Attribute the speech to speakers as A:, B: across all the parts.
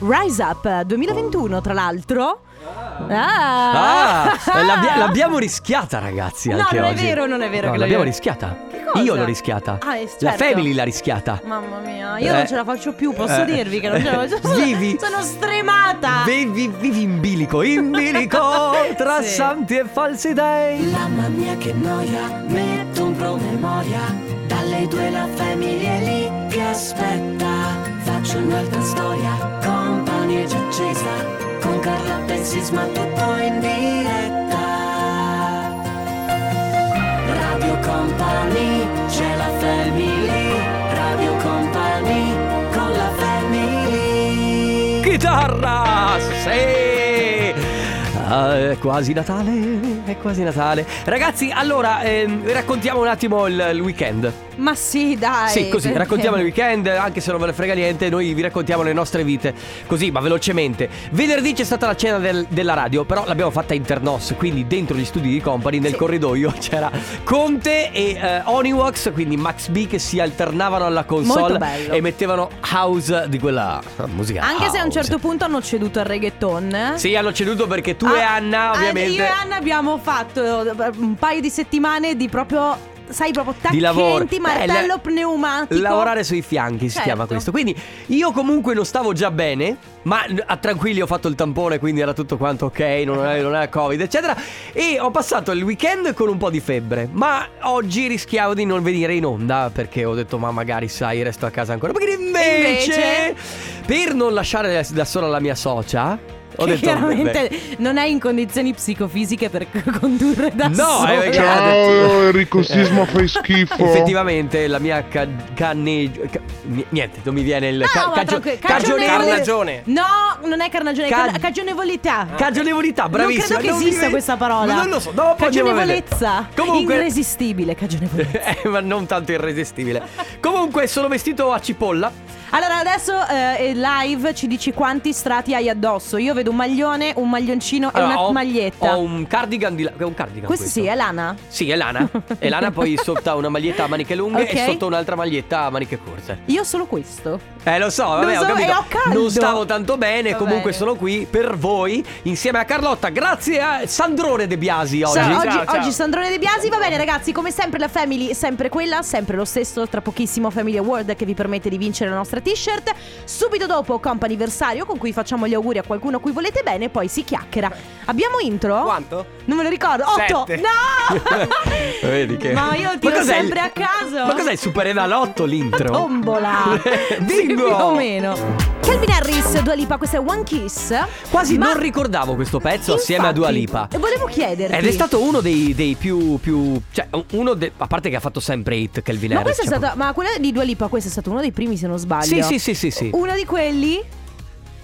A: Rise Up 2021, tra l'altro. Ah,
B: Ah, l'abbia- l'abbiamo rischiata, ragazzi.
A: No,
B: anche
A: non è
B: oggi.
A: vero, non è vero
B: No,
A: che l'abbiamo-
B: l'abbiamo rischiata.
A: Che cosa?
B: Io l'ho rischiata.
A: Ah, eh,
B: La
A: certo.
B: Family l'ha rischiata.
A: Mamma mia, io
B: Eh.
A: non ce la faccio più, posso
B: Eh.
A: dirvi che non ce la faccio più.
B: Vivi.
A: Sono stremata.
B: Vivi, vivi in bilico, in bilico tra
A: Sì.
B: santi e falsi dei.
C: Mamma mia che noia, metto un promemoria. Dalle due la famiglia è lì che aspetta. Faccio un'altra storia, compagnia già accesa. Con Carla Pessis ma tutto in diretta. Radio Company, c'è la family. Radio Company, con la family.
B: Chitarra! Sì! Ah, è quasi Natale, è quasi Natale. Ragazzi, allora, ehm, raccontiamo un attimo il, il weekend.
A: Ma sì, dai.
B: sì, così,
A: perché-
B: raccontiamo il weekend, anche se non ve ne frega niente, noi vi raccontiamo le nostre vite, così, ma velocemente. Venerdì c'è stata la cena del- della radio, però l'abbiamo fatta internos, quindi dentro gli studi di Company, nel
A: Sì.
B: corridoio, c'era Conte e eh, Oniwax, quindi Max B che si alternavano alla
A: Molto
B: console
A: bello.
B: e mettevano house di quella eh, musica.
A: Anche se a un
B: house.
A: certo punto hanno ceduto al reggaeton. eh.
B: Sì, hanno ceduto perché tu e
A: Ah,
B: Anna,
A: eh,
B: ovviamente...
A: Io e Anna abbiamo fatto eh, un paio di settimane di proprio. Sai, proprio tacchenti,
B: di lavoro. Eh,
A: martello
B: la-
A: pneumatico.
B: Lavorare sui fianchi si
A: Certo.
B: chiama questo. Quindi io comunque non stavo già bene, ma a tranquilli ho fatto il tampone, quindi era tutto quanto ok, non era, non era Covid, eccetera. E ho passato il weekend con un po' di febbre, ma oggi rischiavo di non venire in onda perché ho detto "Ma magari sai, resto a casa ancora". Perché invece,
A: Invece?
B: per non lasciare da sola la mia socia, ho
A: Che
B: detto
A: chiaramente
B: "Beh,
A: non è in condizioni psicofisiche per c- condurre da
B: No,
A: sola.
B: eh,
D: Ciao,
B: detto-
D: Enrico Sisma, fai
E: Eh.
D: schifo.
B: Effettivamente la mia ca- canne... ca- niente, non mi viene il...
A: No,
B: cioè, ca-
A: ma
B: cagio-
A: tranquillo,
B: cagione-
A: cagionevole-
B: carnagione.
A: No, non è carnagione, è
B: Cag-
A: ca- cagionevolità.
B: Cagionevolità, bravissima.
A: Non credo che
B: mi
A: esista
B: viene-
A: questa parola.
B: Ma non lo so. dopo andiamo a vedere.
A: Cagionevolezza.
B: Comunque.
A: Irresistibile, cagionevolezza.
B: Eh, ma non tanto irresistibile. Comunque, sono vestito a cipolla.
A: Allora, adesso eh, live ci dici quanti strati hai addosso. Io vedo un maglione, un maglioncino e
B: Allora,
A: una
B: Ah, Eh, ho,
A: maglietta.
B: Ho un cardigan di. la- È un cardigan.
A: Questo sì, eh. è lana.
B: Sì, è lana. È lana, poi sotto una maglietta a maniche lunghe
A: Ok.
B: e sotto un'altra maglietta a maniche corte.
A: Io ho solo questo.
B: Eh, lo so, vabbè,
A: Non so,
B: ho capito.
A: e ho caldo.
B: Non stavo tanto bene,
A: Va
B: comunque
A: bene.
B: sono qui per voi, insieme a Carlotta. Grazie a Sandrone De Biasi oggi.
A: Sa-
B: Ciao, ciao.
A: oggi Sandrone De Biasi. Va bene, ragazzi, come sempre, la family è sempre quella, sempre lo stesso. Tra pochissimo, Family Award che vi permette di vincere la nostra t-shirt. Subito dopo, comp anniversario con cui facciamo gli auguri a qualcuno a cui volete bene. Poi si chiacchiera. Abbiamo intro?
F: Quanto?
A: Non me lo ricordo. Oh. Otto!
F: Sette.
A: No!
B: Vedi che-
A: Ma io tiro
B: cos'è il-
A: sempre a caso. Oh,
B: Ma cos'è il Super Enalotto l'intro?
A: Tombola Sì,
B: Bingo!
A: più o meno Calvin Harris, Dua Lipa, questo è One Kiss
B: Quasi
A: Ma-
B: non ricordavo questo pezzo assieme a Dua
A: Infatti,
B: Lipa.
A: e Volevo chiederti
B: Ed è stato uno dei, dei più, più. Cioè, uno. de- a parte che ha fatto sempre hit Calvin
A: Ma
B: Harris.
A: questo è
B: cioè,
A: stato Ma quella di Dua Lipa Questo è stato uno dei primi se non sbaglio Uh.
B: proprio- Sì, sì, sì, sì. sì.
A: Uno di quelli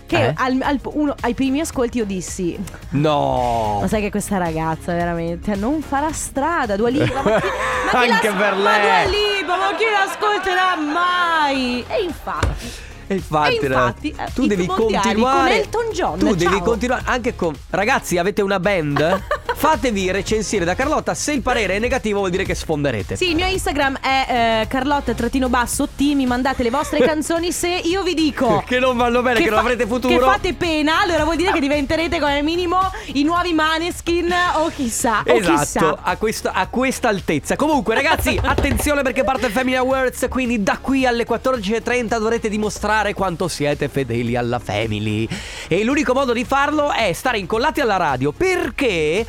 A: Che
B: Eh?
A: al- al- uno- ai primi ascolti io dissi Ma
B: No.
A: sai che questa ragazza veramente non farà strada Dua Lipa ma chi- ma chi la-
B: Anche per
A: Ma
B: lei.
A: Dua Lipa ma chi l'ascolterà mai E infatti
B: E infatti,
A: E infatti,
B: ragazzi,
A: eh,
B: tu
A: i
B: devi
A: mondiali
B: continuare.
A: con Elton John,
B: Tu devi
A: ciao.
B: continuare anche con. Ragazzi, avete una band? Fatevi recensire da Carlotta. Se il parere è negativo, vuol dire che sfonderete.
A: Sì, il mio Instagram è eh, carlotta-t, mi mandate le vostre canzoni se io vi dico
B: Che non vanno bene, che, non
A: fa-
B: avrete futuro.
A: Ecco. Che fate pena, allora vuol dire che diventerete come minimo i nuovi maneskin o chissà, o
B: Esatto,
A: chissà.
B: a, questo- a questa altezza. Comunque, ragazzi, attenzione perché parte il Family Awards. Quindi, da qui alle 14.30 dovrete dimostrare quanto siete fedeli alla Family. E l'unico modo di farlo è stare incollati alla radio perché.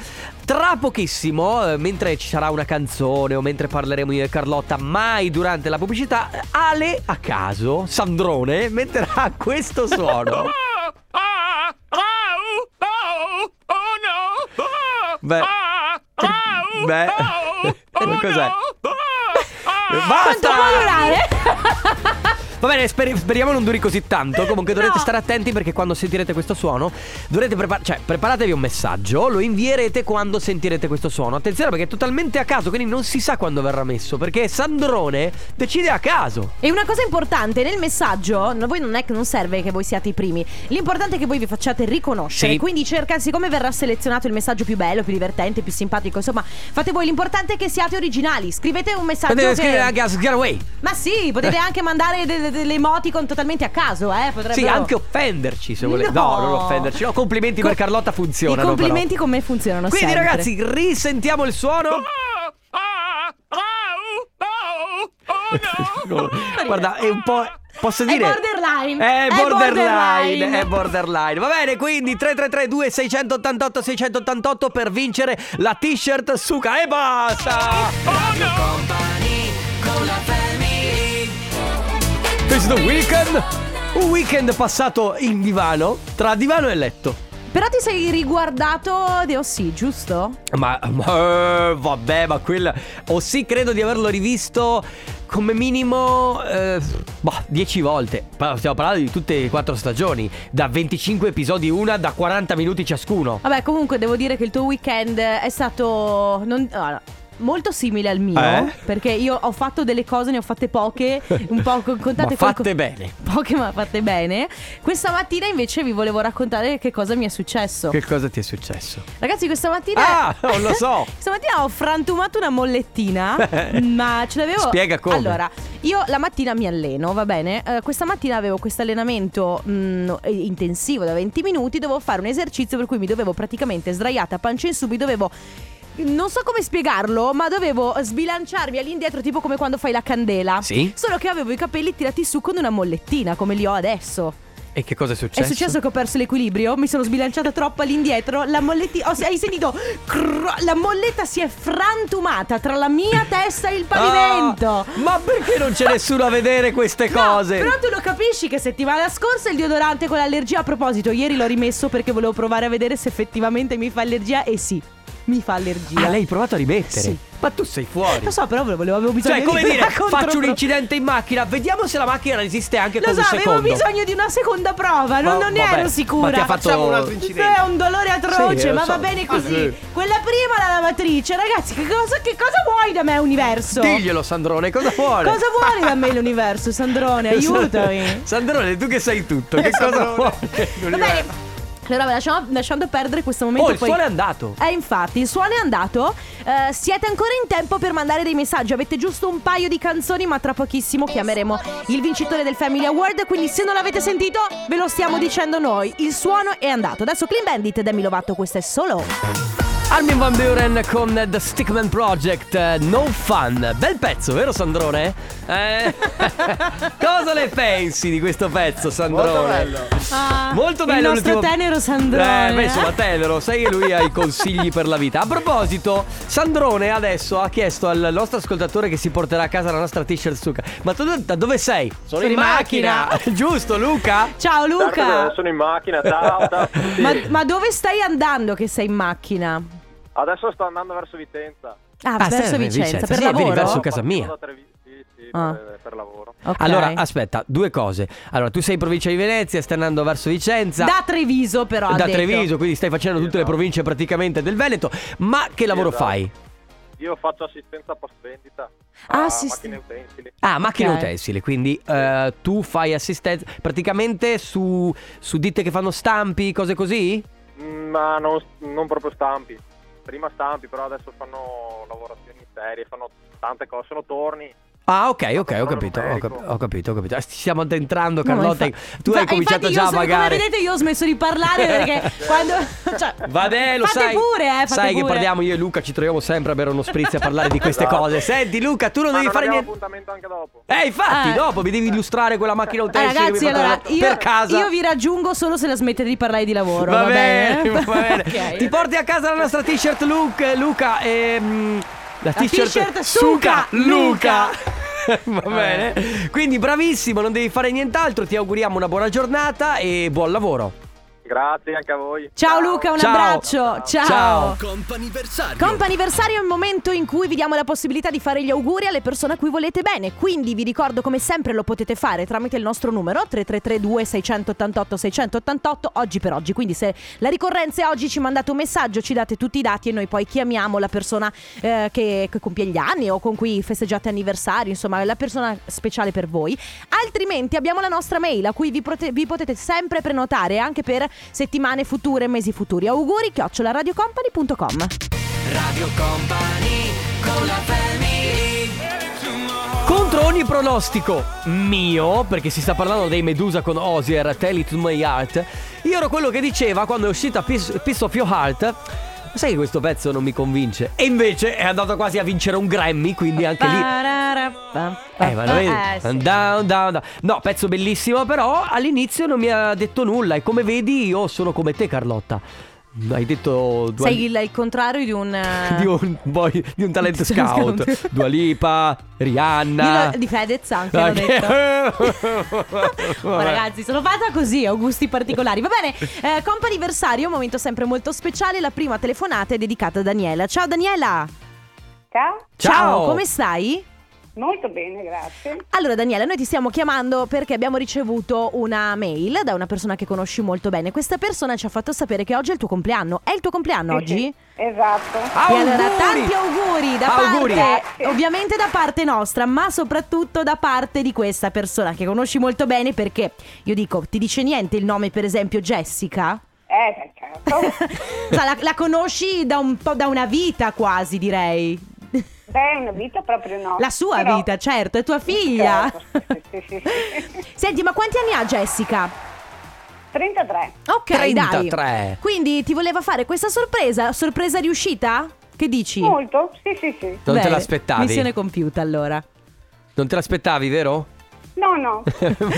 B: Tra pochissimo, eh, mentre ci sarà una canzone o mentre parleremo io e Carlotta, mai durante la pubblicità, Ale a caso, Sandrone, metterà questo suono. Beh, beh, cos'è?
A: Quanto
B: Basta!
A: può durare?
B: Va bene, speri- speriamo non duri così tanto. Comunque dovrete
A: Eh, No.
B: stare attenti perché quando sentirete questo suono, dovrete preparare. Cioè, preparatevi un messaggio, lo invierete quando sentirete questo suono. Attenzione perché è totalmente a caso, quindi non si sa quando verrà messo. Perché Sandrone decide a caso.
A: E una cosa importante nel messaggio, no, voi non, è che non serve che voi siate i primi, l'importante è che voi vi facciate riconoscere,
B: Sì.
A: quindi cerca, siccome verrà selezionato il messaggio più bello, più divertente, più simpatico, insomma, fate voi, l'importante è che siate originali, scrivete un messaggio
B: Potete
A: che...
B: scrivere anche a Eh. Scarway.
A: Ma sì, potete anche mandare de- de- delle emoticon totalmente a caso, eh? Potrebbero...
B: Sì, anche offenderci se volete. No,
A: No.
B: non offenderci. No, complimenti per
A: Co-
B: Carlotta
A: I
B: funzionano. però.
A: complimenti con me funzionano
B: Quindi
A: sempre.
B: ragazzi, risentiamo il suono. No, Ecco. Guarda, è un po'... Posso
A: È
B: dire?
A: borderline.
B: È
A: È
B: borderline.
A: borderline.
B: È borderline. Va bene, quindi 3332 688 688 per vincere la t-shirt Suka e basta.
A: Oh,
B: Questo weekend. Un weekend passato in divano, tra divano e letto.
A: Però ti sei riguardato The O.C., giusto?
B: Ma, ma- eh, vabbè, ma quel. O sì, credo di averlo rivisto come minimo. eh, boh, 10 volte. Pa- Stiamo parlando di tutte e quattro stagioni. Da 25 episodi una, da 40 minuti ciascuno.
A: Vabbè, comunque devo dire che il tuo weekend è stato non- allora, molto simile al mio,
B: Eh?
A: perché io ho fatto delle cose, ne ho fatte poche, un po' con- contate col-
B: Ma fatte bene.
A: Poche ma fatte bene. Questa mattina invece vi volevo raccontare che cosa mi è successo.
B: Che cosa ti è successo?
A: Ragazzi, questa mattina
B: Ah, non lo so.
A: Questa mattina ho frantumato una mollettina, ma ce l'avevo
B: Spiega come.
A: Allora, io la mattina mi alleno, va bene? Eh, questa mattina avevo questo allenamento mh, intensivo da 20 minuti, dovevo fare un esercizio per cui mi dovevo praticamente sdraiata pancia in su, mi dovevo non so come spiegarlo, ma dovevo sbilanciarmi all'indietro tipo come quando fai la candela.
B: Ah. Sì?
A: Solo che avevo i capelli tirati su con una mollettina, come li ho adesso.
B: E che cosa è successo?
A: È successo che ho perso l'equilibrio, mi sono sbilanciata troppo all'indietro, la molletta, oh, hai sentito? Crrr, la molletta si è frantumata tra la mia testa
B: Oh.
A: e il pavimento.
B: Ah, ma perché non c'è nessuno a vedere queste
A: No,
B: cose?
A: però tu lo capisci che settimana scorsa il deodorante con l'allergia, a proposito, ieri l'ho rimesso perché volevo provare a vedere se effettivamente mi fa allergia e sì, mi fa allergia.
B: Ah, l'hai provato a rimettere?
A: Sì.
B: Ma tu sei fuori.
A: Lo so, però volevo, avevo bisogno
B: Cioè,
A: di
B: come
A: una
B: dire,
A: contropro-
B: faccio un incidente in macchina, vediamo se la macchina resiste anche
A: Lo
B: con
A: so,
B: un
A: avevo
B: secondo.
A: bisogno di una seconda prova, non,
B: Ma-
A: non ne
B: vabbè,
A: ero sicura. Cioè,
B: ma ti ha fatto- Facciamo un altro
A: È un dolore atroce,
B: Sì, lo
A: ma
B: so.
A: va bene così.
B: Ah, sì.
A: Quella prima la lavatrice, ragazzi, che cosa, che cosa vuoi da me universo?
B: Diglielo Sandrone, cosa vuole?
A: Cosa vuole da me l'universo, Sandrone? Aiutami. Eh,
B: Sandrone, tu che sai tutto, che cosa vuole?
A: Va bene. Allora, lasciamo, lasciando perdere questo momento
B: Oh, il
A: poi-
B: suono è andato.
A: Eh, infatti, il suono è andato. Eh, siete ancora in tempo per mandare dei messaggi. Avete giusto un paio di canzoni, ma tra pochissimo chiameremo il vincitore del Family Award. Quindi, se non l'avete sentito, ve lo stiamo dicendo noi. Il suono è andato. Adesso Clean Bandit, Demi Lovato, questo è solo.
B: Armin Van Buren con The Stickman Project, eh, No Fun. Bel pezzo, vero Sandrone? Eh? cosa ne pensi di questo pezzo, Sandrone? Molto bello. Molto bello
A: Il nostro
B: l'ultimo-
A: tenero Sandrone.
B: Eh, beh, insomma, tenero, sai che lui ha i consigli per la vita. A proposito, Sandrone adesso ha chiesto al nostro ascoltatore che si porterà a casa la nostra t-shirt Suka. Ma tu da da dove sei? Sono, in, macchina. Giusto, Luca?
A: Ciao Luca.
F: Certo Sono in macchina, ciao, ciao a tutti.
A: Ma, ma dove stai andando che sei in macchina?
F: Adesso sto andando verso Vicenza.
A: Ah,
B: Ah,
A: verso
B: stai in
A: Vicenza,
B: Vicenza.
A: per
B: Sì, vieni
A: lavoro?
B: verso
F: Sono
B: casa
F: partito
B: mia.
F: da Trevi- sì, sì,
A: Ah.
F: per, per lavoro.
A: Ok.
B: Allora, aspetta, due cose. Allora, tu sei in provincia di Venezia, stai andando verso Vicenza.
A: da Treviso però ha
B: da
A: detto.
B: Treviso, quindi stai facendo tutte le
F: esatto.
B: province praticamente del Veneto. Ma che lavoro
F: esatto.
B: fai?
F: Io faccio assistenza post vendita.
A: Ah,
F: a
A: assist-
F: macchine utensili.
B: Ah, macchina
A: Ok.
B: utensile, quindi eh, tu fai assistenza praticamente su, su ditte che fanno stampi, cose così?
F: Mm, Ma non, non proprio stampi. Prima stampi, però adesso fanno lavorazioni serie, fanno tante cose, sono torni.
B: Ah, ok, ok, ho
F: Lavoro
B: capito, ho, cap-
F: numerico.
B: ho capito, ho capito. Eh, Ci stiamo addentrando,
A: No, ma
B: Carlotta.
A: infa-
B: tu
A: Fa-
B: hai cominciato
A: infatti
B: già
A: io
B: a
A: sono-
B: vagare.
A: Come vedete io ho smesso di parlare perché quando... Cioè,
B: Vabbè, lo
A: fate
B: sai.
A: pure, eh, fate
B: sai che
A: pure.
B: parliamo io e Luca, ci troviamo sempre a bere uno spritz e a parlare di queste
F: Esatto.
B: cose. Senti, Luca, tu non
F: Ma
B: devi
F: non
B: fare
F: abbiamo
B: niente.
F: appuntamento anche dopo.
B: Eh, infatti,
A: Eh.
B: dopo mi devi illustrare quella macchina
A: Ah,
B: utensile che mi
A: ragazzi,
B: hai
A: allora
B: portato
A: io,
B: per casa.
A: io vi raggiungo solo se la smettete di parlare di lavoro.
B: Va, bene, va bene.
A: Ok.
B: Ti porti a casa la nostra t-shirt Luca, Luca ehm, la
A: La
B: t-shirt,
A: t-shirt
B: Suca
A: Suca
B: Luca. Va bene. Quindi bravissimo, non devi fare nient'altro, ti auguriamo una buona giornata e buon lavoro.
F: Grazie anche a voi.
A: Ciao Luca, un
B: Ciao.
A: abbraccio. Ciao.
B: Ciao.
A: Comp'anniversario è il momento in cui vi diamo la possibilità di fare gli auguri alle persone a cui volete bene. Quindi vi ricordo come sempre lo potete fare tramite il nostro numero 3332 688 688 oggi per oggi. Quindi se la ricorrenza è oggi ci mandate un messaggio, ci date tutti i dati e noi poi chiamiamo la persona eh, che, che compie gli anni o con cui festeggiate anniversario, insomma la persona speciale per voi. Altrimenti abbiamo la nostra mail a cui vi, prote- vi potete sempre prenotare anche per settimane future, mesi futuri. Auguri chiocciolaradiocompany.com
B: Con Contro ogni pronostico mio, perché si sta parlando dei Medusa con Osier, Tell It to My Heart, io ero quello che diceva quando è uscita Piece Piece of Your Heart. Sai che questo pezzo non mi convince? E invece è andato quasi a vincere un Grammy, quindi anche lì. Eh, ma veramente.
A: sì.
B: Down, down, down. No, pezzo bellissimo, però all'inizio non mi ha detto nulla. E come vedi, io sono come te, Carlotta. Hai detto. Dua-
A: Sei il, il contrario di un... eh,
B: di un, boy- di un talent
A: Di un
B: scout.
A: scout.
B: Dua Lipa, Rihanna.
A: Io lo- di Fedez anche l'ho
B: Ah, che-
A: detto. Oh,
B: Vabbè.
A: ragazzi, sono fatta così, ho gusti particolari. Va bene, eh, comp'anniversario, un momento sempre molto speciale. La prima telefonata è dedicata a Daniela. Ciao Daniela!
G: Ciao,
B: Ciao.
A: come stai?
G: molto bene, grazie.
A: Allora Daniela, noi ti stiamo chiamando perché abbiamo ricevuto una mail da una persona che conosci molto bene. Questa persona ci ha fatto sapere che oggi è il tuo compleanno. È il tuo compleanno oggi?
G: Esatto.
A: E allora tanti
B: Auguri!
A: auguri da
B: Auguri.
A: parte
G: Grazie.
A: ovviamente da parte nostra, ma soprattutto da parte di questa persona che conosci molto bene perché io dico, ti dice niente il nome per esempio Jessica?
G: Eh, certo.
A: Sa, la, la conosci da un po' da una vita quasi, direi.
G: Beh, è una vita proprio no.
A: La sua
G: Però-
A: vita, certo, è tua figlia.
G: Certo, sì, sì, sì, sì.
A: Senti, ma quanti anni ha Jessica?
G: 33.
A: Ok,
B: 33.
A: dai. Quindi ti voleva fare questa sorpresa, sorpresa riuscita? Che dici?
G: Molto? Sì, sì, sì.
B: Non te
A: Bene,
B: l'aspettavi?
A: Missione compiuta allora.
B: Non te l'aspettavi, vero?
G: No, no.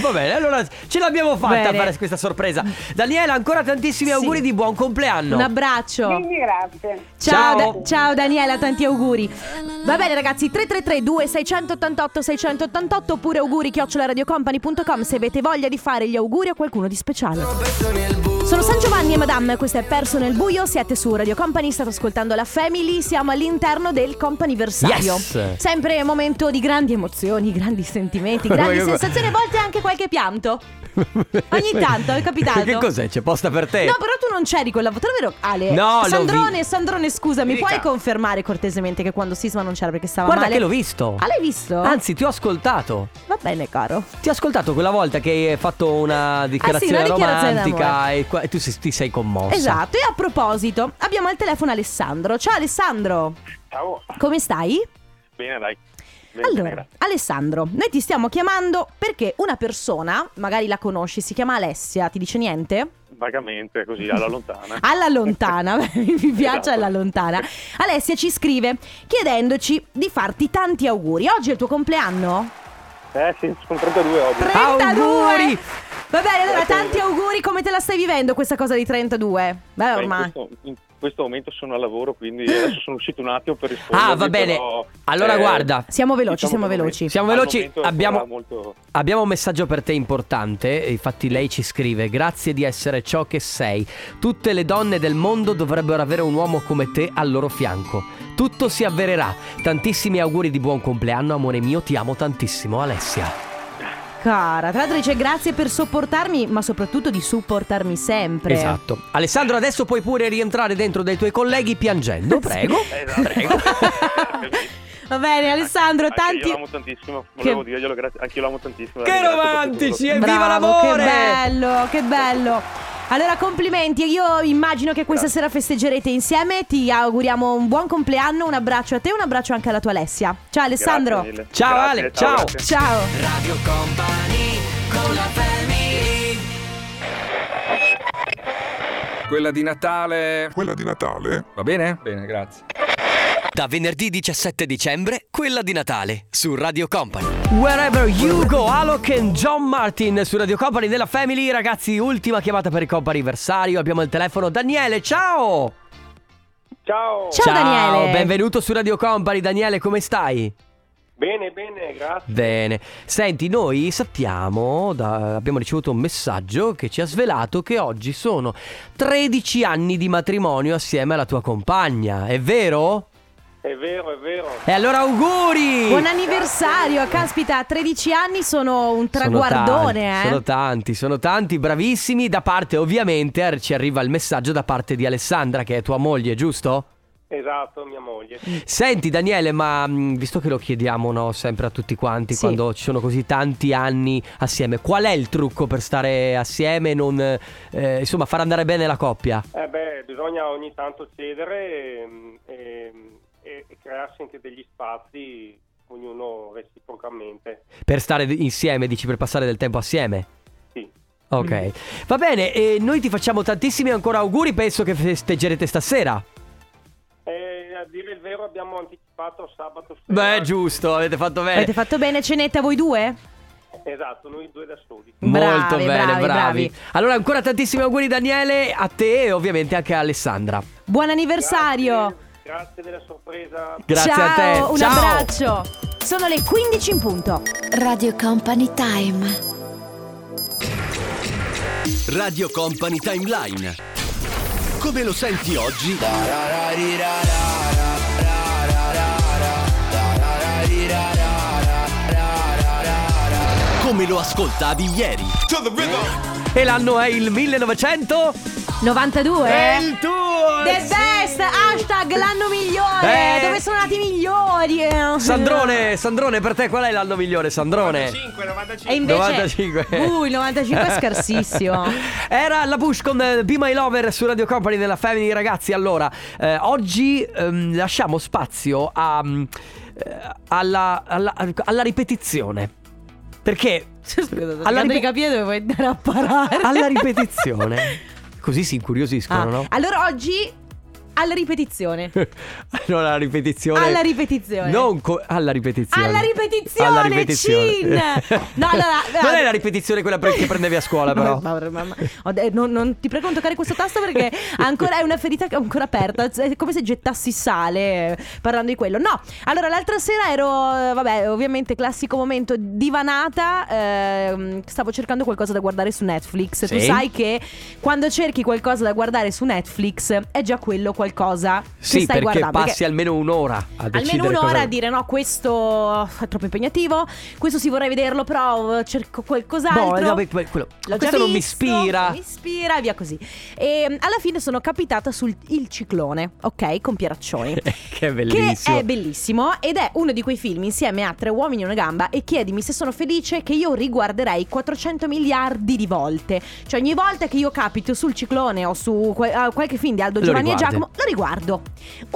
B: Va bene, allora ce l'abbiamo fatta a
A: Bene.
B: fare questa sorpresa. Daniela, ancora tantissimi
A: Sì.
B: auguri di buon compleanno.
A: Un abbraccio.
G: Quindi grazie.
A: Ciao,
B: Ciao.
A: Da- ciao Daniela, tanti auguri. Va bene ragazzi, 333 688 688 oppure auguri chioccioladiocompany.com se avete voglia di fare gli auguri a qualcuno di speciale. Sono San Giovanni e Madame, questo è Perso nel buio, siete su Radio Company, state ascoltando la Family, siamo all'interno del companiversario.
B: Yes.
A: Sempre momento di grandi emozioni, grandi sentimenti, grandi
B: Ma che-
A: sensazioni, a volte anche qualche pianto. Ogni tanto è capitato.
B: Che cos'è? C'è posta per te?
A: No, però tu non c'eri quella volta, vero Ale?
B: Eh. No, l'ho
A: Sandrone,
B: vi-
A: Sandrone, scusami,
B: Dica.
A: puoi confermare cortesemente che quando Sisma non c'era perché stava
B: Guarda
A: male?
B: che l'ho visto.
A: Ah, l'hai visto?
B: Anzi, ti ho ascoltato.
A: Va bene, caro.
B: Ti ho ascoltato quella volta che hai fatto una dichiarazione,
A: Ah, dichiarazione
B: romantica
A: d'amore.
B: e, qua- e tu si- ti sei commossa.
A: Esatto, e a proposito, abbiamo al telefono Alessandro. Ciao Alessandro,
F: Ciao,
A: come stai?
F: bene dai.
A: Allora, Alessandro, noi ti stiamo chiamando perché una persona, magari la conosci, si chiama Alessia, ti dice niente?
F: Vagamente, così, alla lontana.
A: Alla lontana, mi piace
F: Esatto.
A: alla lontana. Alessia ci scrive chiedendoci di farti tanti auguri. Oggi è il tuo compleanno?
F: Eh sì, sono 32 oggi.
A: 32!
B: Auguri!
A: Va bene, allora
F: Grazie
A: tanti
F: mille.
A: auguri, come te la stai vivendo questa cosa di 32? Beh,
F: Ma in,
A: ormai.
F: questo, in questo momento sono al lavoro, quindi adesso sono uscito un attimo per rispondere.
B: Ah, va bene. Allora, guarda,
A: Siamo veloci,
F: Diciamo
A: siamo
F: che non è-
A: veloci.
B: Siamo
F: Eh, Al
B: veloci,
F: momento
B: abbiamo,
F: ancora molto-
B: abbiamo un messaggio per te importante, e infatti lei ci scrive, grazie di essere ciò che sei, tutte le donne del mondo dovrebbero avere un uomo come te al loro fianco, tutto si avvererà, tantissimi auguri di buon compleanno, amore mio, ti amo tantissimo Alessia.
A: Cara, tra l'altro dice grazie per sopportarmi, ma soprattutto di supportarmi sempre.
B: Esatto. Alessandro, adesso puoi pure rientrare dentro dai tuoi colleghi piangendo,
A: Sì.
B: prego.
F: Esatto.
B: prego.
A: Va bene, Alessandro,
F: Anche
A: tanti.
F: Io l'amo tantissimo, volevo
A: Che-
F: dirglielo, grazie. Anche io l'amo tantissimo.
B: che
F: Grazie per tutto
B: romantici,
F: quello
B: evviva
A: Bravo,
B: l'amore!
A: Che bello, che bello. Allora, complimenti. Io immagino che questa sera festeggerete insieme. Ti auguriamo un buon compleanno. Un abbraccio a te, un abbrcio anche alla tua Alessia. Ciao,
F: che- Grazie
A: Alessandro.
F: mille.
B: Ciao,
F: Grazie,
B: Ale, ciao.
F: grazie.
A: Ciao.
H: Quella di Natale.
D: Quella di Natale?
H: Va bene? Bene, grazie.
B: Da venerdì 17 dicembre, quella di Natale, su Radio Company. Wherever you go, Alok e John Martin su Radio Company della Family. Ragazzi, ultima chiamata per il Coppa anniversario. Abbiamo il telefono Daniele, ciao!
F: Ciao.
A: Ciao, Daniele.
B: benvenuto su Radio Company. Daniele, come stai?
F: Bene, bene, grazie.
B: Bene, senti, noi sappiamo, da- abbiamo ricevuto un messaggio che ci ha svelato che oggi sono 13 anni di matrimonio assieme alla tua compagna, è vero?
F: È vero, è vero.
B: E allora auguri!
A: Buon anniversario, caspita, 13 anni sono un
B: Sono
A: traguardone,
B: tanti, Sono
A: eh.
B: tanti, sono tanti, bravissimi. Da parte, ovviamente, ar- ci arriva il messaggio da parte di Alessandra, che è tua moglie, giusto?
F: Esatto, mia moglie.
B: Mm. Senti Daniele, ma mh, visto che lo chiediamo no, sempre a tutti quanti
A: Sì.
B: quando ci sono così tanti anni assieme, qual è il trucco per stare assieme e non, eh, insomma, far andare bene la coppia?
F: Eh beh, bisogna ogni tanto cedere ehm, ehm, e, e crearsi anche degli spazi
I: ognuno reciprocamente.
B: Per stare d- insieme, dici, per passare del tempo assieme?
I: Sì.
A: Mm.
B: Ok. Va bene, e noi ti facciamo tantissimi ancora auguri, penso che festeggerete stasera.
I: Eh, a dire il vero abbiamo anticipato sabato sera.
B: Beh, giusto, avete fatto bene.
A: Avete fatto bene cenetta voi due?
I: Esatto, noi due da soli.
B: Molto
A: Bravi,
B: bene,
A: bravi, bravi.
B: Allora, ancora tantissimi auguri Daniele, a te e ovviamente anche a Alessandra.
A: Buon anniversario!
I: Grazie, grazie della sorpresa.
B: Grazie
A: Ciao,
B: a te.
A: un
B: Ciao.
A: abbraccio. Sono le 15 in punto.
J: Radio Company Time.
K: Radio Company Timeline. Come lo senti oggi? Come lo ascoltavi ieri?
B: E l'anno è il 1900.
A: 92?
B: È il tuo.
A: Eh? The best, hashtag l'anno migliore,
B: Beh.
A: dove sono nati i migliori.
B: Sandrone, Sandrone, per te qual è l'anno migliore, Sandrone?
I: 95, 95.
A: E invece...
B: 95.
A: Uh, il 95 è scarsissimo.
B: Era la Bush con eh, Be My Lover su Radio Company della Family. Ragazzi, allora, eh, oggi ehm, lasciamo spazio a, mm, eh, alla, alla- alla ripetizione. Perché
A: Alla
B: ripe-
A: di capire dove vuoi andare a parare.
B: alla ripetizione. Così si incuriosiscono,
A: Ah,
B: no?
A: Allora oggi alla ripetizione.
B: non alla ripetizione.
A: Alla ripetizione.
B: Non co- alla ripetizione.
A: Alla ripetizione,
B: Alla ripetizione.
A: Cin! No, allora, eh,
B: non
A: guarda.
B: è la ripetizione quella pre- che prendevi a scuola, però.
A: Mamma, mamma. Ho de- non, non- ti prego non toccare questo tasto perché ancora è una ferita che è ancora aperta. È come se gettassi sale eh, parlando di quello. No, allora l'altra sera ero, eh, vabbè, ovviamente classico momento divanata. ehm, stavo cercando qualcosa da guardare su Netflix. Tu
B: Sì.
A: sai che quando cerchi qualcosa da guardare su Netflix è già quello qualcosa che
B: Sì,
A: stai
B: perché
A: guardando.
B: passi almeno un'ora a decidere
A: Almeno un'ora
B: cosa-
A: a dire no, questo è troppo impegnativo, questo si vorrei vederlo, però eh, cerco qualcos'altro.
B: Boh, No, no, beh, que- quello-
A: L'ho già
B: questo non mi
A: visto,
B: ispira.
A: non Mi ispira e via così. E mm, alla fine sono capitata sul Il ciclone, ok, con Pieraccioni.
B: che è bellissimo.
A: Che è bellissimo ed è uno di quei film insieme a Tre uomini e una gamba e chiedimi se sono felice che io riguarderei 400 miliardi di volte. Cioè ogni volta che io capito sul ciclone o su que- a qualche film di Aldo
B: Lo
A: Giovanni e
B: riguardi.
A: Giacomo, lo riguardo.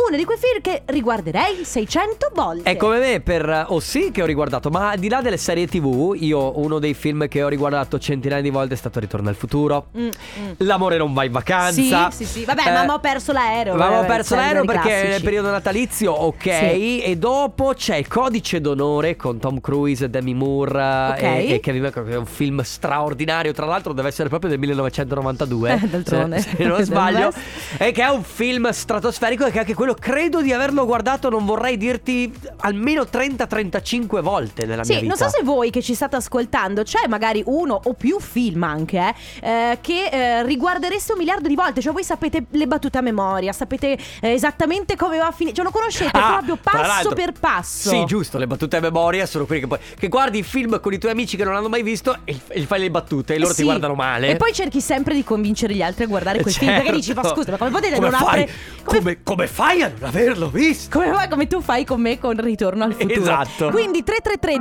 A: Uno di quei film che riguarderei 600 volte.
B: È come me per eh, Oh sì che ho riguardato, ma al di là delle serie TV, io uno dei film che ho riguardato centinaia di volte è stato Ritorno al futuro.
A: Mm, mm.
B: L'amore non va in vacanza.
A: Sì, sì, sì. Vabbè, ma mo' ho perso l'aereo,
B: Eh, Ma ho
A: vabbè,
B: perso
A: cioè,
B: l'aereo
A: dei
B: perché è il
A: classici.
B: periodo natalizio, ok.
A: Sì.
B: E dopo c'è il codice d'onore con Tom Cruise, Demi Moore eh,
A: Ok.
B: e, e Kevin McCoy, che è un film straordinario. Tra l'altro, deve essere proprio del 1992.
A: Eh, d'altronde.
B: Se, se non
A: Del
B: sbaglio.
A: resto.
B: E che è un film stratosferico. E che anche quello credo di averlo guardato, non vorrei dirti, almeno 30-35 volte nella mia
A: Sì,
B: vita.
A: non so se voi che ci state ascoltando c'è magari uno o più film anche eh, eh, che eh, riguardereste un miliardo di volte, cioè voi sapete le battute a memoria, sapete eh, esattamente come va a finire, cioè lo conoscete
B: Ah,
A: proprio
B: tra
A: passo
B: l'altro-
A: per passo.
B: Sì, giusto, le battute a memoria sono quelle che poi. Che guardi i film con i tuoi amici che non hanno mai visto e, e gli fai le battute e loro ti
A: Sì.
B: guardano male. Eh,
A: E poi cerchi sempre di convincere gli altri a guardare quel film. Perché
B: Certo.
A: dici, ma scusa, ma come potete
B: Come
A: non
B: fai?
A: aprire.
B: Come... come fai a non averlo visto?
A: Come, fai- come tu fai con me con Ritorno al futuro.
B: Esatto.
A: Quindi 333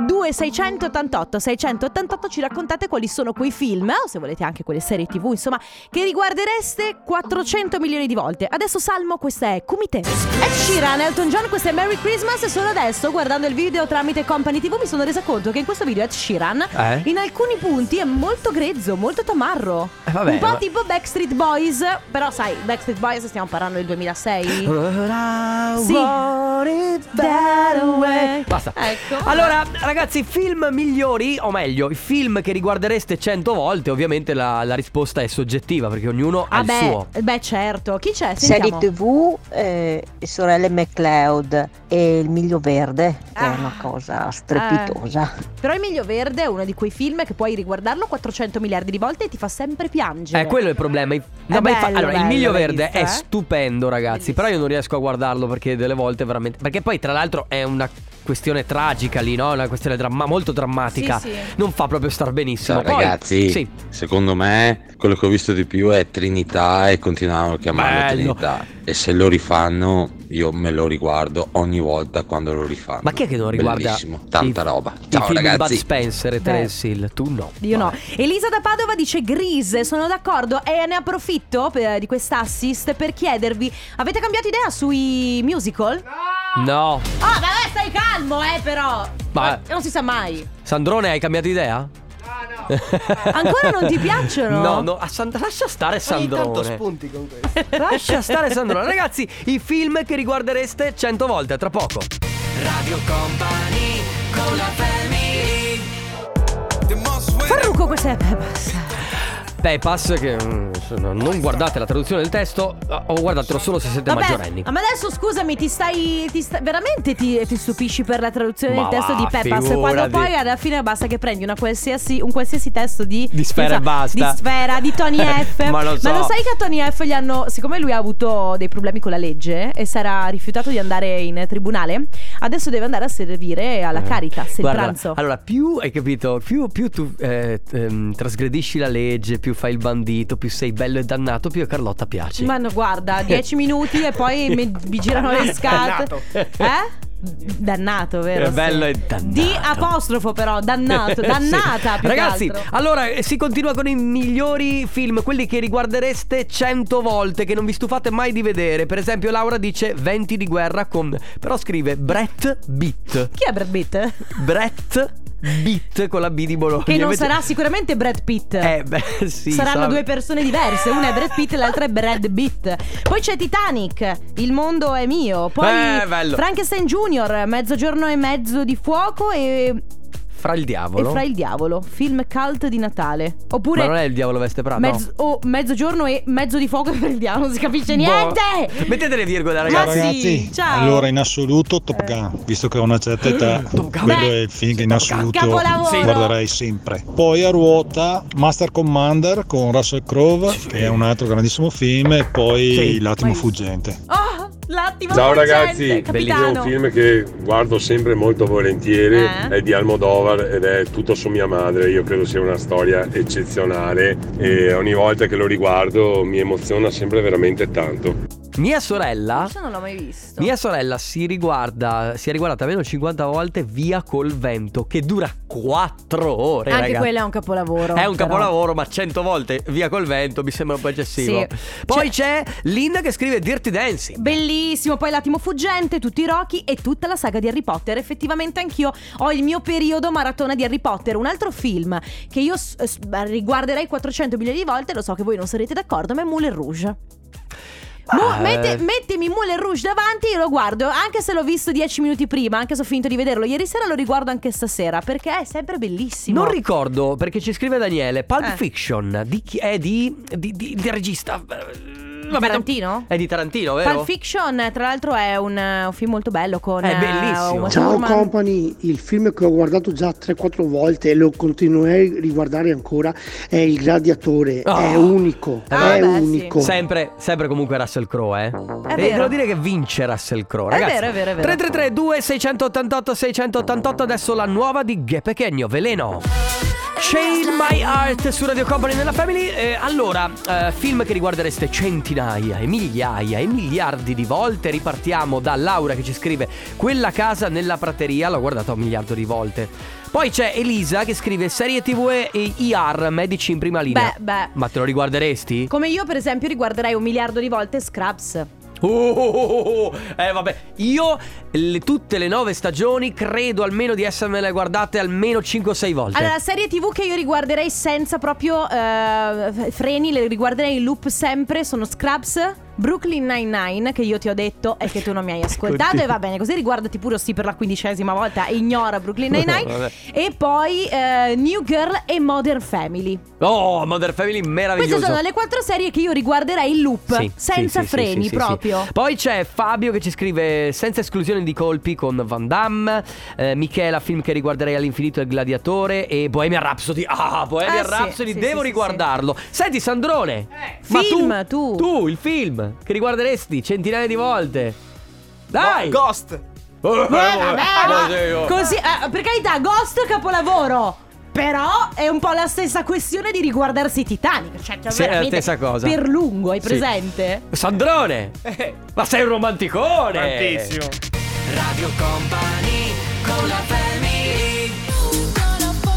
A: 2688 688 ci raccontate quali sono quei film o se volete anche quelle serie TV, insomma, che riguardereste 400 milioni di volte. Adesso Salmo, questa è Kumite. Ed Sheeran, Elton John, questa è Merry Christmas e solo adesso guardando il video tramite Company TV mi sono resa conto che in questo video Ed Sheeran
B: Eh?
A: in alcuni punti è molto grezzo, molto tamarro.
B: Eh, vabbè,
A: Un po'
B: ma-
A: tipo Backstreet Boys, però sai, Backstreet Boys stiamo parlando del 2006. Sì.
B: Basta.
A: Ecco.
B: Allora, ragazzi, film migliori, o meglio, i film che riguardereste 100 volte, ovviamente la, la risposta è soggettiva perché ognuno ha
A: Ah
B: il
A: beh,
B: suo.
A: beh certo, chi c'è?
L: Serie
A: Sentiamo.
L: TV, eh, Sorelle McLeod e Il Miglio Verde, che
A: Ah. Eh,
L: è una cosa strepitosa.
A: Però Il Miglio Verde è uno di quei film che puoi riguardarlo 400 miliardi di volte e ti fa sempre piangere.
B: Eh, quello è il problema. No, ma
A: bello,
B: infa- allora, il
A: bello,
B: miglio
A: l'hai
B: verde
A: visto,
B: è
A: eh?
B: stupendo, ragazzi. Però io non riesco a guardarlo perché delle volte veramente. Perché poi, tra l'altro, è una questione tragica lì, no? Una questione dramma- molto drammatica.
A: Sì, sì.
B: Non fa proprio star benissimo.
M: Ciao
B: Poi-
M: ragazzi,
B: Sì.
M: secondo me quello che ho visto di più è Trinità e continuavano a chiamarlo
B: Bello.
M: Trinità e se lo rifanno io me lo riguardo ogni volta quando lo rifanno.
B: Ma chi è che non riguarda?
M: Bellissimo, tanta
B: i-
M: roba.
B: i
M: Ciao
B: film di Bud
M: ragazzi.
B: Spencer e
A: Beh.
B: Terence Hill. Tu no.
A: Eh. Io no. Elisa da Padova dice Grise, sono d'accordo e ne approfitto per- di quest'assist per chiedervi, avete cambiato idea sui musical? No!
B: No.
A: Oh, vabbè, stai calmo, eh, però.
B: Ma-
A: Eh, Non si sa mai.
B: Sandrone, hai cambiato idea?
A: Ancora non ti piacciono?
B: No, no, a San- lascia stare Sandrone.
N: con questo.
B: Lascia stare Sandrone. Ragazzi, i film che riguardereste 100 volte, tra poco.
C: Radio Company con la
A: Farrucco, questa è Pebas.
B: Pepas, che mm, sono- non guardate la traduzione del testo, o guardatelo solo se siete maggiorenni.
A: ma adesso scusami, ti stai. ti sta- veramente ti, ti stupisci per la traduzione
B: Ma
A: del testo di
B: va,
A: Peppas. Quando
B: figurati.
A: poi alla fine basta che prendi una qualsiasi, un qualsiasi testo di.
B: Di Sfera
A: non so,
B: e basta.
A: Di sfera, di Tony F.
B: Ma lo so.
A: sai che a Tony F gli hanno. Siccome lui ha avuto dei problemi con la legge e sarà rifiutato di andare in tribunale, adesso deve andare a servire alla Caritas il
B: Eh. Guarda,
A: pranzo.
B: Allora, più hai capito, più, più tu eh, ehm, trasgredisci la legge, più fai il bandito, più sei bello e dannato, più a Carlotta piaci.
A: Ma no, guarda, 10 minuti e poi mi, mi girano le scatole.
B: Dannato.
A: Eh? Dannato, vero?
B: È
A: sì.
B: bello e dannato.
A: Di apostrofo però, dannato,
B: Eh Sì.
A: dannata più
B: Ragazzi,
A: che altro.
B: allora eh, si continua con i migliori film, quelli che riguardereste 100 volte, che non vi stufate mai di vedere. Per esempio, Laura dice 20 di guerra con. Però scrive Brett Beat.
A: Chi è Brad Pitt?
B: Brett Beat con la B di Bologna.
A: Che non
B: Avete-
A: sarà sicuramente Brad Pitt.
B: Eh, beh, sì.
A: Saranno
B: sarà-
A: due persone diverse, una è Brad Pitt e l'altra è Brad Pitt. Poi c'è Titanic, Il mondo è mio. Poi
B: Eh, bello.
A: Frankenstein Junior, Mezzogiorno e mezzo di fuoco e,
B: Fra il
A: e
B: diavolo.
A: Fra il diavolo, film cult di Natale. Oppure
B: Ma non è il diavolo veste Prada. no.
A: Mezz- oh, mezzogiorno e mezzo di fuoco per il diavolo, non si capisce niente!
B: Boh. Mettete le virgole,
A: Ma
B: ragazzi.
A: sì, ciao!
O: Allora, in assoluto, Top Gun, visto che ho una certa età, quello
A: Beh,
O: è il film che in assoluto
A: Capolavoro.
O: guarderei sempre. Poi a ruota, Master Commander con Russell Crowe, che è un altro grandissimo film, e poi L'attimo fuggente.
A: Oh, l'attimo
P: Ciao
A: fuggente,
P: ragazzi,
A: capitano.
P: un film che guardo sempre molto volentieri,
A: Eh?
P: è di Almodovar ed è Tutto su mia madre, io credo sia una storia eccezionale e ogni volta che lo riguardo mi emoziona sempre veramente tanto.
B: Mia sorella.
A: Ah. Io non l'ho mai visto.
B: Mia sorella si riguarda, si è riguardata almeno 50 volte Via col vento, che dura 4 ore.
A: Anche
B: raga.
A: quello è un capolavoro.
B: È un
A: però.
B: capolavoro, ma 100 volte Via col vento mi sembra un po' eccessivo.
A: Sì. Cioè-
B: Poi c'è Linda che scrive Dirty Dancing.
A: Bellissimo, poi l'attimo fuggente, tutti i Rocky e tutta la saga di Harry Potter. Effettivamente anch'io ho il mio periodo maratona di Harry Potter, un altro film che io s- s- riguarderei 400 milioni di volte, lo so che voi non sarete d'accordo, ma è Moulin Rouge. Mu-
B: Eh.
A: mette- mettimi Moulin Rouge davanti io lo guardo, anche se l'ho visto 10 minuti prima, anche se ho finito di vederlo ieri sera, lo riguardo anche stasera perché è sempre bellissimo.
B: Non ricordo perché ci scrive Daniele. Pulp
A: Eh.
B: Fiction di chi è di, di, di- di regista. Eh, Vabbè,
A: Tarantino?
B: È di Tarantino, vero?
A: Pulp Fiction, tra l'altro, è un, un film molto bello con
B: È
A: eh,
B: bellissimo.
A: Uma
N: Ciao
A: Thurman.
N: Company, il film che ho guardato già 3-4 volte e lo continuerei a riguardare ancora è Il Gladiatore,
B: Oh.
N: è unico,
B: Ah,
N: è
B: beh, sì.
N: unico.
B: Sempre, sempre comunque Russell Crowe, eh.
A: È
B: E
A: vero.
B: devo dire che vince Russell Crowe,
A: È
B: ragazzi.
A: vero, è vero, è vero.
B: 333 2688 688 adesso la nuova di Ghe Pechegno, Veleno. Chain My Heart su Radio Company nella Family. Eh, allora, eh, film che riguardereste centinaia e migliaia e miliardi di volte. Ripartiamo da Laura che ci scrive Quella casa nella prateria, l'ho guardato un miliardo di volte. Poi c'è Elisa che scrive serie TV e IR, medici in prima linea.
A: Beh, beh.
B: Ma te lo riguarderesti?
A: Come io, per esempio, riguarderei un miliardo di volte Scraps.
B: Oh, oh, oh, oh, oh. Eh vabbè, io le- tutte le nove stagioni credo almeno di essermele guardate almeno 5 o 6 volte.
A: Allora, la serie TV che io riguarderei senza proprio eh, f- freni, le riguarderei in loop sempre, sono Scraps, Brooklyn Nine-Nine, che io ti ho detto e che tu non mi hai ascoltato,
B: Continua.
A: e va bene, così riguardati pure sì per la quindicesima volta, e ignora Brooklyn
B: Vabbè.
A: Nine-Nine, e poi eh, New Girl e Modern Family.
B: Oh, Mother Family meraviglioso.
A: Queste sono le quattro serie che io riguarderei in loop,
B: Sì,
A: senza
B: sì, sì,
A: freni
B: sì, sì,
A: proprio.
B: sì. Poi c'è Fabio che ci scrive senza esclusione di colpi con Van Damme, eh, Michela film che riguarderei all'infinito e il gladiatore e Bohemian Rhapsody. Ah, Bohemian
A: Eh, sì,
B: Rhapsody
A: sì,
B: devo
A: sì, sì,
B: riguardarlo. Senti Sandrone, ma
A: Film, tu.
B: tu, tu il film che riguarderesti centinaia di volte.
A: Boh,
B: Dai!
Q: Ghost.
B: Eh,
A: Eh, vabbè,
B: ma
A: ma
B: sì, io-
A: così, eh, per carità, Ghost capolavoro. Però è un po' la stessa questione di riguardarsi Titanic. Cioè, cioè
B: Sì, è la
A: veramente
B: stessa cosa.
A: Per lungo, hai
B: Sì.
A: presente?
B: Sandrone! Ma sei un romanticone!
Q: Tantissimo.
C: Radio Company con la
A: Fammi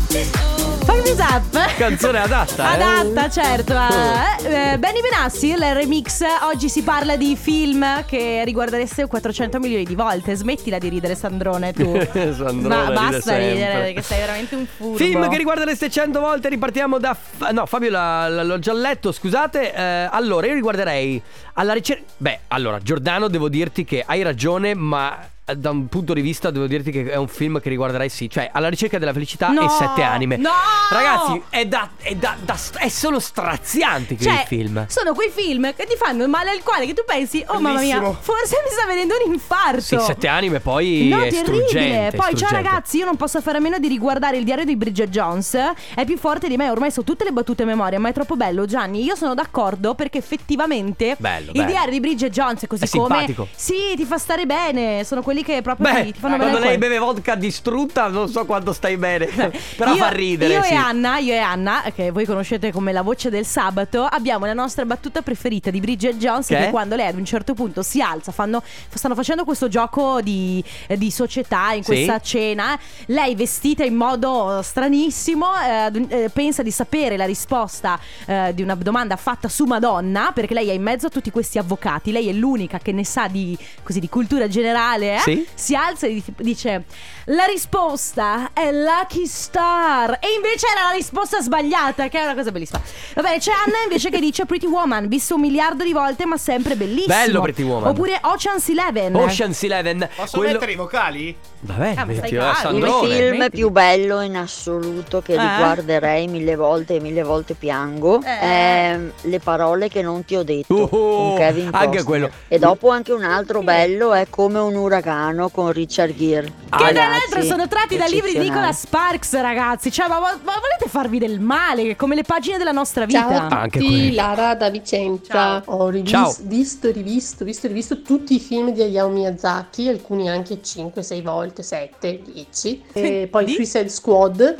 A: This Is Up.
B: Canzone adatta. eh? Oh.
A: Adatta, certo. eh. Eh, Benny Benassi, il remix. Oggi si parla di film che riguardereste 400 milioni di volte. Smettila di ridere, Sandrone, tu.
B: Sandrone
A: Ma
B: ride
A: basta ridere
B: sempre.
A: perché sei veramente un furbo.
B: Film che riguarda le 600 volte, ripartiamo da... F- no, Fabio la- la- l'ho già letto, scusate. Eh, allora, io riguarderei alla ricerca... Beh, allora, Giordano, devo dirti che hai ragione, ma eh, da un punto di vista devo dirti che è un film che riguarderai sì. Cioè, alla ricerca della felicità
A: No!
B: e sette anime.
A: No!
B: Ragazzi, è, da, è, da, da- è solo strazianti quei
A: Cioè,
B: film.
A: sono quei film che ti fanno male al cuore, che tu pensi, oh mamma mia,
B: Bellissimo.
A: forse mi sta venendo un infarto.
B: Sì, sette anime poi
A: No,
B: è
A: terribile.
B: struggente,
A: Poi, ciao
B: struggente.
A: ragazzi, io non posso fare a meno di riguardare il diario di Bridget Jones. È più forte di me, ormai so tutte le battute a memoria, ma è troppo bello, Gianni. Io sono d'accordo perché effettivamente
B: Bello,
A: il
B: bello.
A: diario di Bridget Jones, così
B: È
A: come
B: simpatico.
A: sì, ti fa stare bene. Sono quelli che proprio ti,
B: Beh,
A: ti fanno bene.
B: quando
A: al cuore.
B: lei beve vodka distrutta non so quanto stai bene, però
A: Io-
B: fa ridere.
A: Io
B: sì.
A: e Anna, io e Anna, che voi conoscete come la voce del sabato, abbiamo la nostra battuta preferita di Bridget Jones. Che,
B: Che è?
A: è quando lei ad un certo punto si alza, fanno- stanno facendo questo gioco di, eh, di società in
B: Sì.
A: questa cena. Lei vestita in modo stranissimo, eh, ad un- eh, pensa di sapere la risposta eh, di una domanda fatta su Madonna, perché lei è in mezzo a tutti questi avvocati. Lei è l'unica che ne sa di, così, di cultura generale. eh.
B: Sì.
A: Si alza e di- dice: La risposta è Lucky Star. E invece era la risposta sbagliata, che è una cosa bellissima. Va bene, c'è Anna invece che dice Pretty Woman, visto un miliardo di volte, ma sempre bellissimo.
B: Bello Pretty Woman.
A: Oppure Ocean's Eleven.
B: Ocean's Eleven.
Q: Posso mettere i vocali?
B: Vabbè,
A: Ah, ma
B: metti,
A: stai
B: eh,
A: calmo.
L: Il
B: Sandrone.
L: film più bello in assoluto che
A: Eh?
L: riguarderei mille volte e mille volte piango
A: Eh.
L: Eh, è Le parole che non ti ho detto con Kevin
B: uh, anche
L: Costner.
B: quello.
L: E dopo anche un altro bello è Come un uragano con Richard Gere.
A: Che tra
L: Ragazzi,
A: l'altro sono tratti da libri di
L: eccezionali.
A: Nicola Sparks, ragazzi. Cioè, ma, ma volete farvi del male? Come le pagine della nostra vita.
R: Ciao a
B: Ah, anche
R: tutti,
B: quello.
R: Lara da Vicenza. Ho rivis-
B: Ciao.
R: visto e rivisto, visto e rivisto tutti i film di Hayao Miyazaki, alcuni anche 5, 6 volte, 7, 10. E poi Suicide Squad,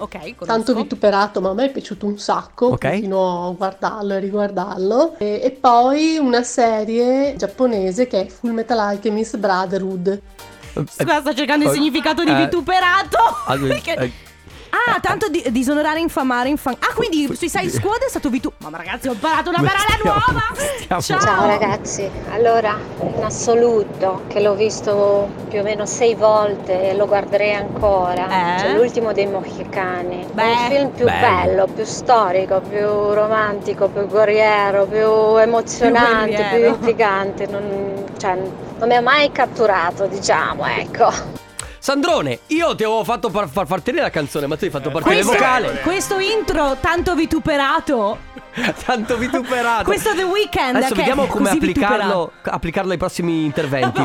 R: tanto vituperato, ma a me è piaciuto un sacco,
B: Ok.
R: continuo a guardarlo e riguardarlo. E, e poi una serie giapponese che è Full Metal Alchemist Brotherhood.
A: Scusa, sto cercando il
B: Eh,
A: significato di
B: eh,
A: vituperato.
B: Ah, eh,
A: Perché- Ah, tanto di- disonorare, infamare, infamare. Ah, quindi Suicide Squad è stato vitu... Ma ragazzi, ho imparato una parola nuova!
B: stiamo-
A: Ciao!
S: Ciao ragazzi, allora in assoluto che l'ho visto più o meno sei volte e lo guarderei ancora,
A: Eh?
S: C'è l'ultimo dei Mohicani, è il film più
A: Bello.
S: bello, più storico, più romantico, più guerriero, più emozionante, più,
A: guerriero.
S: intrigante, non, cioè, non mi ha mai catturato diciamo, ecco.
B: Sandrone, io ti avevo fatto par- far partire la canzone, ma tu hai
Q: Eh,
B: fatto partire il
A: Questo,
B: vocale.
A: questo intro tanto vituperato,
B: Tanto vituperato.
A: questo The Weeknd
B: Adesso
A: che è
B: vediamo come
A: così
B: applicarlo, applicarlo ai prossimi interventi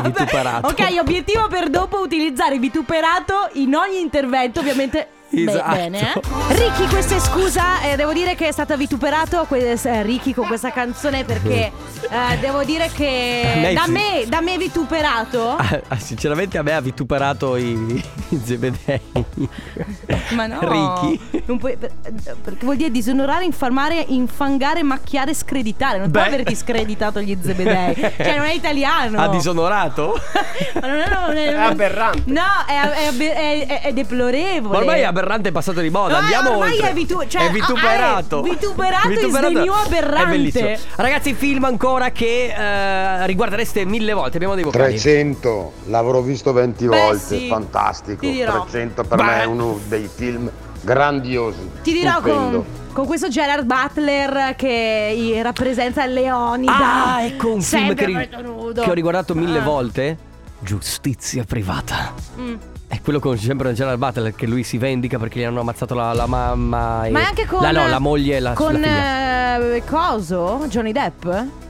A: vituperato.
B: vituperato.
A: Ok, obiettivo per dopo utilizzare vituperato in ogni intervento, ovviamente. Be-
B: Esatto.
A: bene, eh? Ricky, questa è scusa. eh, devo dire che è stata vituperato que- eh, Ricky con questa canzone perché eh, devo dire che
B: Lei
A: da
B: sì.
A: me, da me vituperato.
B: Ah, ah, Sinceramente a me ha vituperato i, i zebedei.
A: Ma no,
B: Ricky.
A: non puoi- per- perché vuol dire disonorare, infamare, infangare, macchiare, screditare. Non
B: Beh.
A: può averti screditato gli zebedei. cioè, non è italiano.
B: Ha disonorato?
A: Ma non è, non è-
Q: È aberrante.
A: No, è, è abbe- è- è- è deplorevole.
B: Ma ormai aberrante è passato di moda.
A: No,
B: Andiamo
A: ormai
B: oltre.
A: è vitu- cioè,
B: È vituperato.
A: ah, è vituperato e sdegno aberrante.
B: È bellissimo. Ragazzi, film ancora che eh, riguardereste mille volte. Abbiamo dei vocali.
T: 300, l'avrò visto 20
B: Beh,
T: volte,
B: sì.
T: fantastico.
A: Ti dirò.
T: 300 per me è uno dei film grandiosi.
A: Ti dirò
T: stupendo.
A: con, con questo Gerard Butler che i- rappresenta Leonida.
B: Ah, ecco un film che,
A: Sempre
B: ri-
A: molto nudo.
B: che ho riguardato mille
A: Ah.
B: volte. Giustizia privata.
A: Mm.
B: È quello con sempre Gerard Butler che lui si vendica perché gli hanno ammazzato la, la mamma. e-
A: Ma anche con. eh,
B: La, no, la moglie e la,
A: Con.
B: la figlia.
A: eh, coso? Johnny Depp?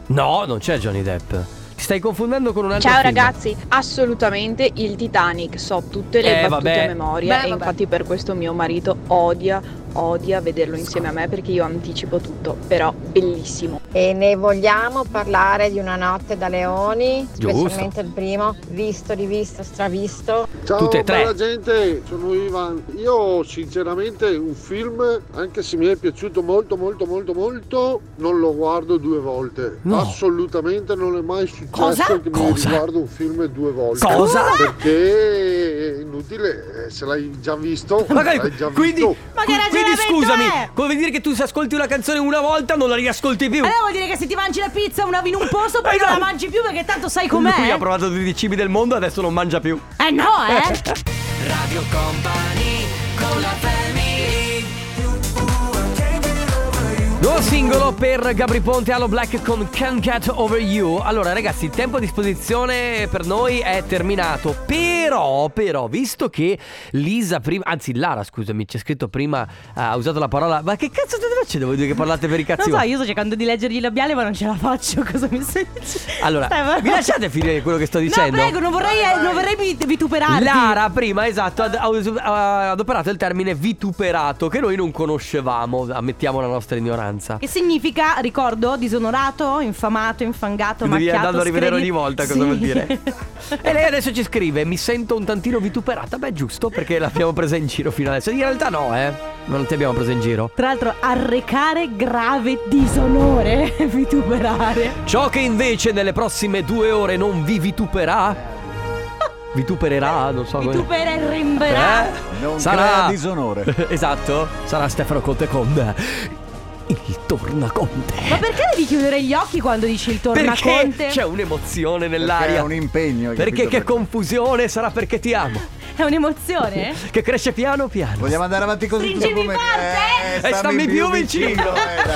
B: No, non c'è Johnny Depp. Ti stai confondendo con un altro
U: Ciao
B: film.
U: ragazzi, assolutamente il Titanic, so tutte le
B: Eh,
U: battute
B: vabbè.
U: a memoria
B: Beh,
U: e
B: vabbè.
U: infatti per questo mio marito odia, odia vederlo insieme a me perché io anticipo tutto, però bellissimo.
V: E ne vogliamo parlare di una notte da leoni,
B: Giusto.
V: specialmente il primo, visto, rivisto, stravisto.
E: Ciao
B: Tutte e tre.
E: bella gente, sono Ivan. Io sinceramente un film, anche se mi è piaciuto molto molto molto molto, non lo guardo due volte.
B: No.
E: Assolutamente non è mai successo
B: Cosa?
E: che mi
B: Cosa?
E: riguardo un film due volte.
B: Cosa?
E: Perché è inutile, eh, se l'hai già visto,
B: Magari-
E: l'hai già
B: quindi,
E: visto.
B: qui- quindi scusami, vuol dire che tu se ascolti una canzone una volta non la riascolti più.
A: Allora vuol dire che se ti mangi la pizza una in un posto
B: Eh,
A: poi non la mangi più perché tanto sai com'è.
B: Lui ha provato tutti i cibi del mondo, adesso non mangia più.
A: Eh no, eh!
C: Radio Company con la family.
B: Nuovo singolo per Gabri Ponte Allo Black con Can't Get Over You. Allora, ragazzi, il tempo a disposizione per noi è terminato. Però, però, visto che Lisa prima, anzi, Lara, scusami, c'è scritto prima, ha usato la parola. Ma che cazzo state facendo voi due che parlate per i
A: Non so,
B: cazzi? vostri?
A: io sto cercando di leggergli il labiale ma non ce la faccio, cosa mi stai dicendo?
B: Allora,
A: Stai-
B: mi lasciate finire quello che sto
A: No,
B: dicendo?
A: prego, non vorrei, eh, non vorrei vi- vituperarti.
B: Lara prima, esatto, ad- ha us- ha adoperato il termine vituperato che noi non conoscevamo, ammettiamo la nostra ignoranza.
A: Che significa, ricordo, disonorato, infamato, infangato,
B: Devi
A: macchiato
B: andarlo a rivedere ogni
A: scredit-
B: volta cosa
A: Sì.
B: vuol dire. e lei adesso ci scrive: Mi sento un tantino vituperata. Beh, giusto, perché l'abbiamo presa in giro fino adesso. In realtà no, eh. Non ti abbiamo presa in giro.
A: Tra l'altro, arrecare grave disonore, vituperare.
B: Ciò che invece nelle prossime due ore non vi vituperà. Vitupererà, non so come.
A: Vitupera e rimberà.
B: Eh? sarà disonore. esatto, sarà Stefano Conte con il tornaconte.
D: Eh?
A: Ma perché devi chiudere gli occhi quando dici il tornaconte?
B: Perché
D: Cioè,
B: c'è un'emozione nell'aria.
D: è un impegno, hai
B: Perché
D: capito?
B: che
D: Perché-
B: confusione sarà perché ti amo.
A: È un'emozione?
B: che cresce piano piano.
D: Vogliamo andare avanti così?
A: Stringimi
D: tipo come-
A: forte!
D: Eh,
B: E stammi più vicino.
D: eh,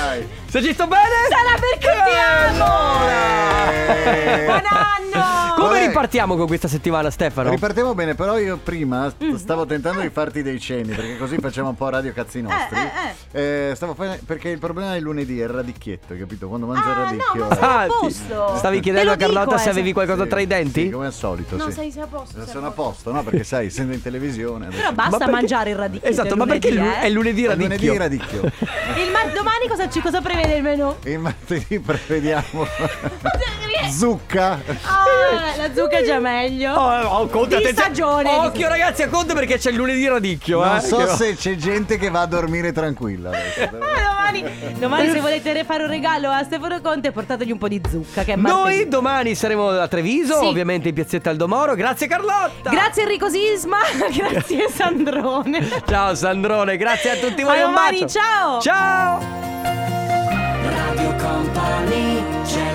D: dai.
B: Se ci sto bene? Eh,
A: Sarà perché ti
D: amo! Buon
A: anno!
B: Come ripartiamo con questa settimana, Stefano?
D: Ripartiamo bene, però io prima st-
R: Mm.
D: stavo tentando
R: Eh.
D: di farti dei cenni, perché così facciamo un po' radio cazzi eh,
A: Eh,
D: nostri. Eh, stavo fa- perché il problema del lunedì è il radicchietto, hai capito? Quando mangio il radicchio.
A: non Ah, sei a
D: eh,
A: posto.
D: sì.
B: Ah, Stavi chiedendo a Carlotta se avevi qualcosa
D: Sì,
B: tra i denti?
D: sì, come al solito,
A: Non
D: sì.
A: eh, sei a posto. sei a
D: sono a
A: posto.
D: posto, no? Perché sai, essendo in televisione. adesso-
A: Però basta
D: perché-
A: mangiare il radicchio.
D: Esatto, ma perché
A: lunedì,
D: lu-
A: eh?
D: è lunedì radicchio?
B: lunedì
D: radicchio.
A: Il mar- domani cosa, ci- cosa prevede il menù?
D: E il martedì prevediamo zucca.
A: Ah, la zucca è già meglio.
B: Oh, oh, Conte,
A: Di
B: attenzione.
A: stagione.
B: Occhio ragazzi a Conte perché c'è il lunedì radicchio.
D: Non
B: eh,
D: so
B: che-
D: se c'è gente che va a dormire tranquilla adesso. però-
A: Ah, domani, domani se volete re- fare un regalo a Stefano Conte portategli un po' di zucca che è martedì.
B: Noi domani saremo a Treviso,
A: Sì.
B: ovviamente in piazzetta Aldomoro. Grazie Carlotta.
A: Grazie Enrico Sisma, grazie Sandrone.
B: Ciao Sandrone, grazie a tutti voi.
A: A
B: un
A: domani,
B: bacio.
A: ciao.
B: Ciao.
C: Radio Company c'è